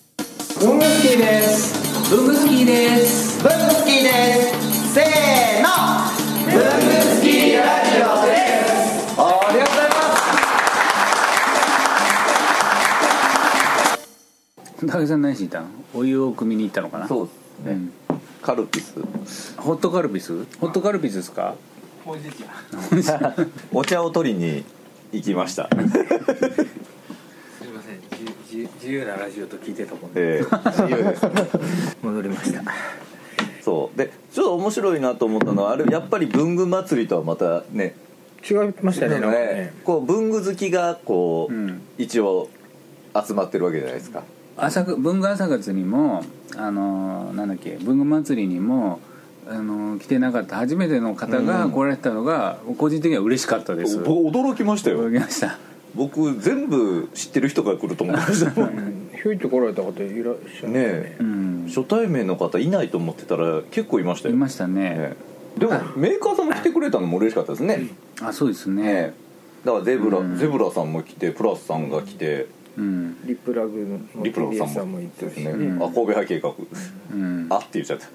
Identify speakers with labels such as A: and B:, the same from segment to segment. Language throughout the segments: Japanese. A: 文具好きです文具好きです文具好きですせーの文具好きラジオですありがとうござい
B: 高木さん何しに行ったのお湯を汲みに行ったのかな
C: そうですね、カルピス
B: ホットカルピスホットカルピスですか
C: お茶を取りに行き ました
D: すみません自由自由なラジオと聞いてたもんで
C: ええ自由ですね
D: 戻りました
C: そうでちょっと面白いなと思ったのはあれやっぱり文具祭りとはまたね
D: 違いましたねな
C: な
D: ん
C: の
D: か
C: で
D: ね
C: こう文具好きがこう、
B: うん
C: 一応集まってるわけじゃないですか
B: 朝く文具朝活にもあのーなんだっけ文具祭りにもあのー来てなかった初めての方が来られたのが、個人的には嬉しかったです
C: 僕驚きましたよ
B: 驚きました
C: 僕全部知ってる人が来ると思いましたもんね
D: ひょいと来られた方いらっしゃる
C: え
B: うん
C: 初対面の方いないと思ってたら結構いました
B: い
C: よ、
B: ましたね
C: ええでもメーカーさんも来てくれたのも嬉しかったですね、
B: あそうですね、
C: ええだからゼブラ、ゼブラさんも来てプラスさんが来て
B: うん
D: リプラグの
C: リプラさ
D: TBS
C: んも
D: さんもいた
C: です
D: し
C: ね、あ神戸派計画、
B: うん
C: あって言っちゃった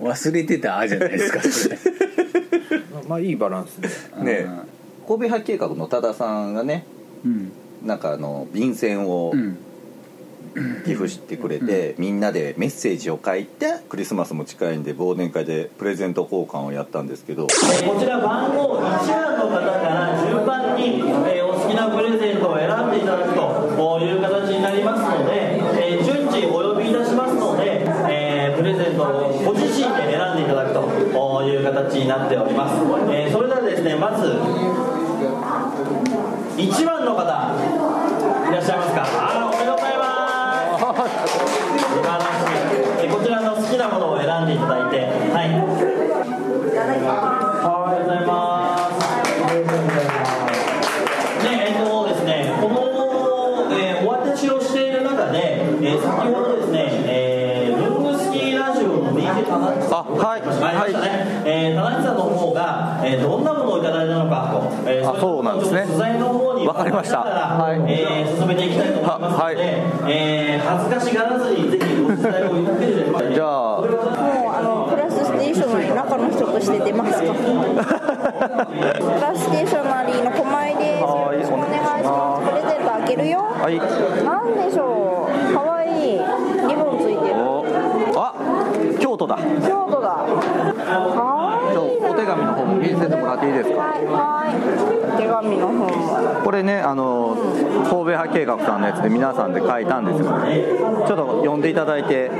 B: 忘れてたあじゃないですかそ れ
D: まあいいバランスで
C: ねえ神戸派計画の多田さんがね
B: うん
C: なんかあの便箋を
B: うん
C: 寄付してくれて、みんなでメッセージを書いてクリスマスも近いんで忘年会でプレゼント交換をやったんですけど
E: えーこちら番号1番の方から順番に、えーお好きなプレゼントを選んでいただくとこういう形になりますので、えー順次お呼びいたしますので、えープレゼントをご自身で選んでいただくとこういう形になっております、えーそれではですねまず1番の方いらっしゃいますかあーおめでとうございます素晴らしいえーこちらの好きなものを選んでいただいてはいおはようございます。ね、えっとですね、この、えーお渡しをしている中で、えー先ほどですね、えー、ブングスキーラジオの DJ 田中さん、はい、はい、えー、田中さんの方が、えーどんなものをいただいたのかと、えー
F: あそうなんですね
E: ちょっと素材の方に
F: わかりました
E: 渡ながら
F: はい
E: えー進めていきたいと思いますので、えー恥ずかしがらずにぜひご取材をいただければ。
F: じゃあ
G: もうあのクラスステーショナリー中の人として出ますかクラスステーショナリーの狛江ですよ
F: はい
G: ろしくお願いしますプレゼント開けるよ
F: はい
G: なんでしょうかわいいリボンついてる
F: おあ京都だじ
G: 京都だかわい
F: ゃあお手紙の方も見せてもらっていいですか
G: はいはい手紙の方も
F: これねあの神戸派計画さんのやつで皆さんで書いたんですよちょっと読んでいただいて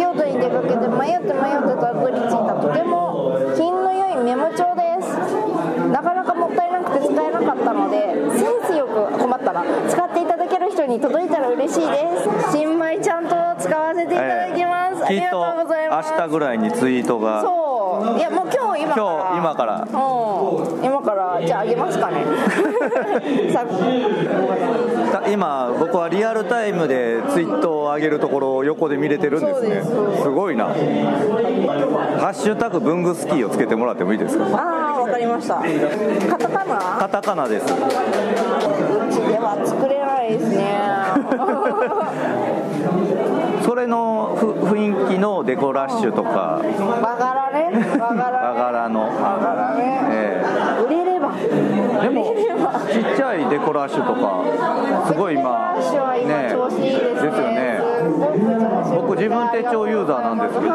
G: 京都に出かけて迷って迷ってたどり着いたとても品の良いメモ帳ですなかなかもったいなくて使えなかったのでセンスよく困ったら使っていただける人に届いたら嬉しいです新米ちゃんと使わせていただきます、あ
F: え
G: り
F: えき
G: が
F: っ
G: とうございます
F: と明日ぐらいにツイートが
G: そういやもう今日今
F: 今
G: から
F: 日今から
G: うん今からじゃああげます かねさ
F: た今僕はリアルタイムでツイートを上げるところを横で見れてるんですね
G: そうです
F: すごいな「ハッシュタグ文具スキー」をつけてもらってもいいですか
G: ああわかりましたカタカナ
F: カタカナです
G: うちでは作れないですね
F: それのふ雰囲気のデコラッシュとか
G: バガラねバガ
F: 和柄
G: ラね
F: の
G: バガラね
F: え
G: 売れれば
F: えでも
G: 売れれば
F: ちっちゃいデコラッシュとかすごい今
G: ラッシュは今調子いいですね
F: ですよね
G: ね
F: 僕自分手帳ユーザーなんですけど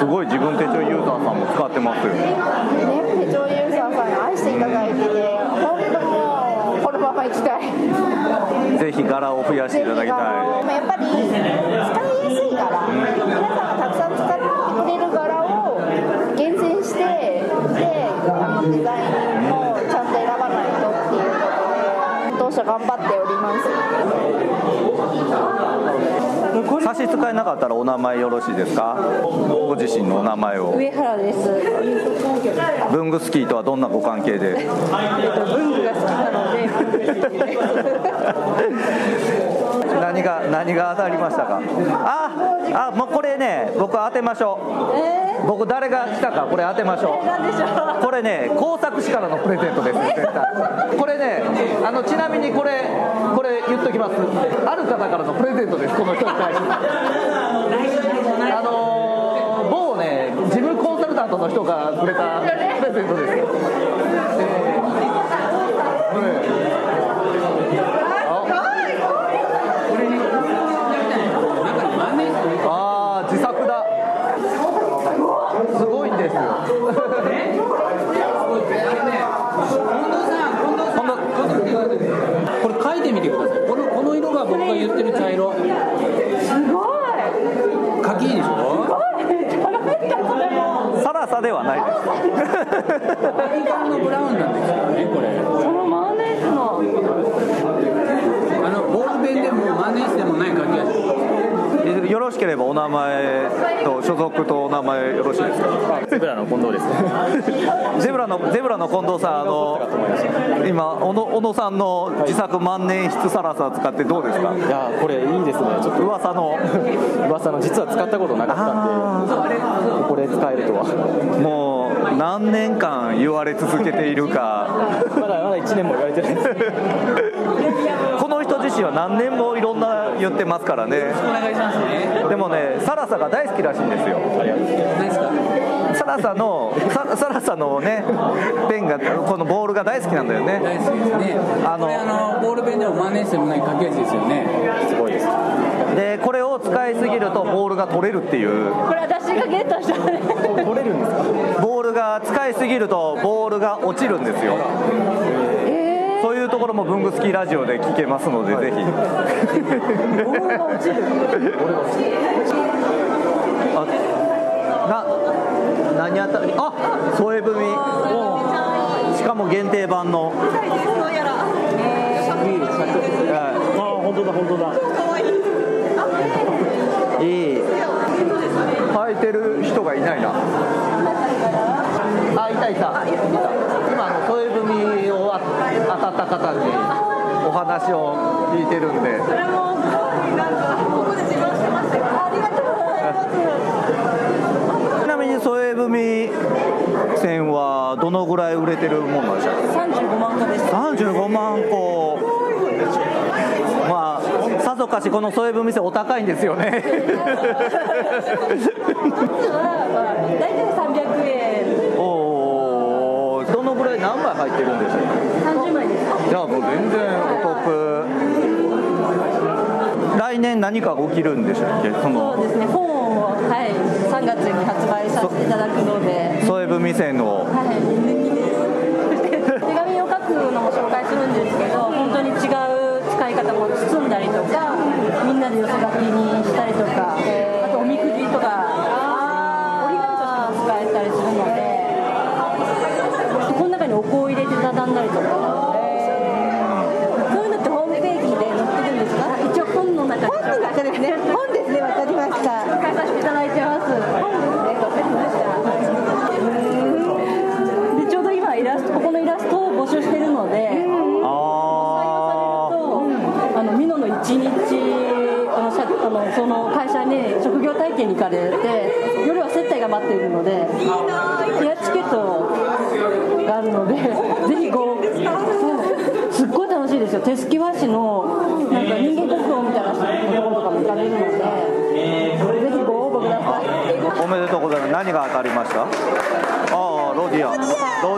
F: すごい自分手帳ユーザーさんも使ってますよね
G: はいね手帳ユーザーさんに愛していただいてて本当もうこのまま行きたい
F: ぜひ柄を増やしていただきたい
G: やっぱり使いやすい柄皆さんがたくさん使ってくれる柄を厳選してであのデザインもちゃんと選ばないとっていうことで当社頑張っております
F: 差し支えなかったらお名前よろしいですかご自身のお名前を
G: 上原です
F: 文具スキーとはどんなご関係で
G: 文具が好きなので
F: 何が何が当たりましたかああもうこれね僕当てましょ
H: え
F: う僕誰が来たかこれ当てまし
H: ー、
F: ょ
H: えなんでしょ
F: う
H: う
F: これね工作士からのプレゼントですね絶対これねあのちなみにこれこれ言っときますある方からのプレゼントですこの人に対してあのー某ね事務コンサルタントの人がくれたプレゼントです、えーこれああ自作だすごいんですよ
B: これ書いてみてくださいこのこの色が僕が言ってる茶色
H: すごい
B: 柿いいでしょ
F: サラサではないです
B: 柿缶のブラウンなんですよねこれ
H: そのマヨネーズの
B: あのボールペンでもマネしてもない柿味
F: よろしければお名前と所属とお名前よろしいですかゼブラの近藤です ゼブラのゼブラの近藤さんあの今小野小野さんの自作万年筆サラサ使ってどうですかいやこれいいですねちょっと噂の噂の実は使ったことなかったんでこれ使えるとはもう何年間言われ続けているかまだまだ1年も言われてない この人自身は何年もいろんな言ってますからね
B: お願いしますね
F: でもね、サラサが大好きらしいんですよ。
B: 何ですか
F: サラサの、ササラサのね、ペンが、このボールが大好きなんだよね。
B: 大好きですね
F: あの
B: これあのボールペンでもマネしてもない柿味ですよね
F: で、これを使いすぎると、ボールが取れるっていう。
H: これ私がゲットしたね
F: ボールが使いすぎると、ボールが落ちるんですよ。そういうところも、ブングスキーラジオで聞けますので、ぜひ。あな何あたりあ添え踏みしかも限定版の
H: そうやら
F: はいいい履いてる人がいないなあいたいたいた今あの添え踏みをあ当たった方にお話を聞いてるんで
H: それもなんかここで自慢してましたよありがとうございます
F: ちなみに添え踏み線はどのぐらい売れてるものなんでしょう
H: 35万個です
F: 35万個まあさぞかしこの添え踏み線お高いんですよね
H: は大体300円
F: おおどのぐらい何枚入ってるんでしょう
H: 30枚です
F: じゃあもう全然お得来年何か起きるんでしたっけそ
H: そう
F: の
H: ですね本をはい3月に発売させていただくので
F: 添え踏み線の
H: はい素敵です手紙を書くのも紹介するんですけど本当に違う使い方も包んだりとかみんなで寄せ書きにしたりとかあとおみくじとか折り紙としても使えたりするのでこの中にお香を入れて畳んだりとかそういうのってホームページで載ってるんですか一応本の中本の中ですね本ですねわかりました紹介させていただいてます本ですねわかりましたでちょうど今イラストここのイラストを募集してるので採
F: あ
H: 用されるとあのミノの一日あの社あのその会社に職業体験に行かれて夜は接待が待っているのでエアチケットがあるの でぜひごそうすっごい楽しいですよ手すき和紙のなんか人間国宝みたいなところとかも行かれるのでぜひご応募ください
F: ーおめでとうございます何が当たりましたああロディアロ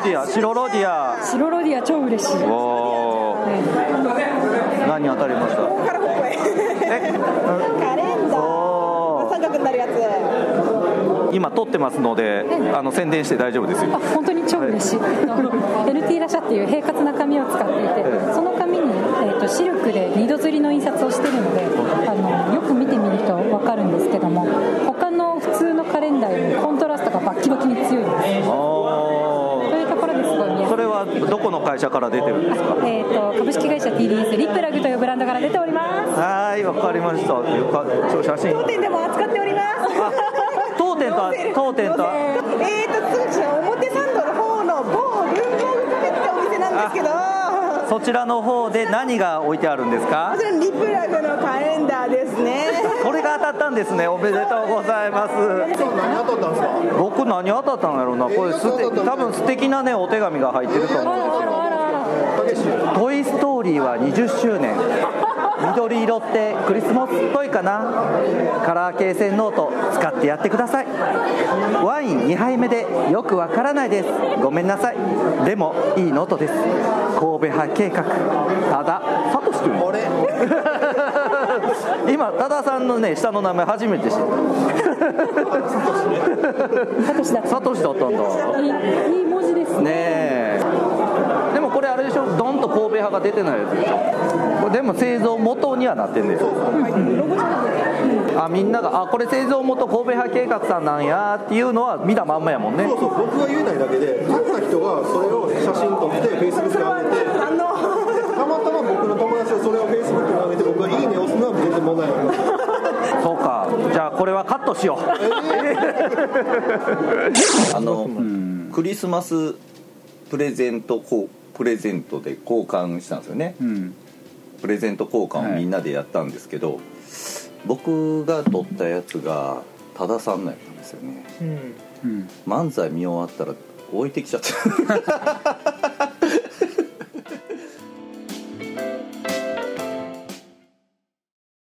F: ディア白ロディア
H: 白ロディア超嬉しい
F: おー何当たりました
I: カラフっぽいカレンダー
F: おー
I: 三角になるやつ
F: 今撮ってますのであの宣伝して大丈夫ですよ
J: あ本当に超嬉 しい、あの LT ラシャっていう平滑な紙を使っていて、その紙に、えー、とシルクで2度刷りの印刷をしてるのであのよく見てみると分かるんですけども他の普通のカレンダーよりコントラストがバッキバキに強いんです
F: お
J: と
F: ー
J: いうところですごい見やす
F: そ
J: い
F: れはどこの会社から出てるんですか
J: えー、と株式会社 TDS リプラグというブランドから出ております
F: はーいわかりましたよかちょ写真
I: 当店でも扱っております
F: 当店とあ当店とあ
I: えーと通称表参道の方の某文房具カフェってお店なんですけど
F: そちらの方で何が置いてあるんですか
I: こちらリプラグのカレンダーですね。
F: これが当たったんですねおめでとうございます
K: 何当たったんですか
F: 僕何当たったんやろうなこれ素敵多分素敵なねお手紙が入ってると思うんですよ「トイ・ストーリー」は20周年緑色ってクリスマスっぽいかなカラー系線ノート使ってやってくださいワイン2杯目でよくわからないですごめんなさいでもいいノートです神戸派計画たださとし君あれ 今多田さんのね下の名前初めて知った
J: サトシだった
F: サトシだったんだ
J: いいいい文字です
F: ねえでもこれあれでしょドンと神戸派が出てないやつでしょこれでも製造元にはなってんだよあみんながあこれ製造元神戸派計画さんなんやっていうのは見たまんまやもんね
K: そうそう僕が言えないだけで書いた人がそれを写真撮ってフェイスブックに上げてたまたま僕の友達がそれをフェイスブックに上げて僕が「いいね」押すのは全然問題ない
F: そうかじゃあこれはカットしよう
C: あの、クリスマスプレゼントこうプレゼントで交換したんですよね、プレゼント交換をみんなでやったんですけど、僕が撮ったやつが多田さんのやったんですよね漫才見終わったら置いてきちゃった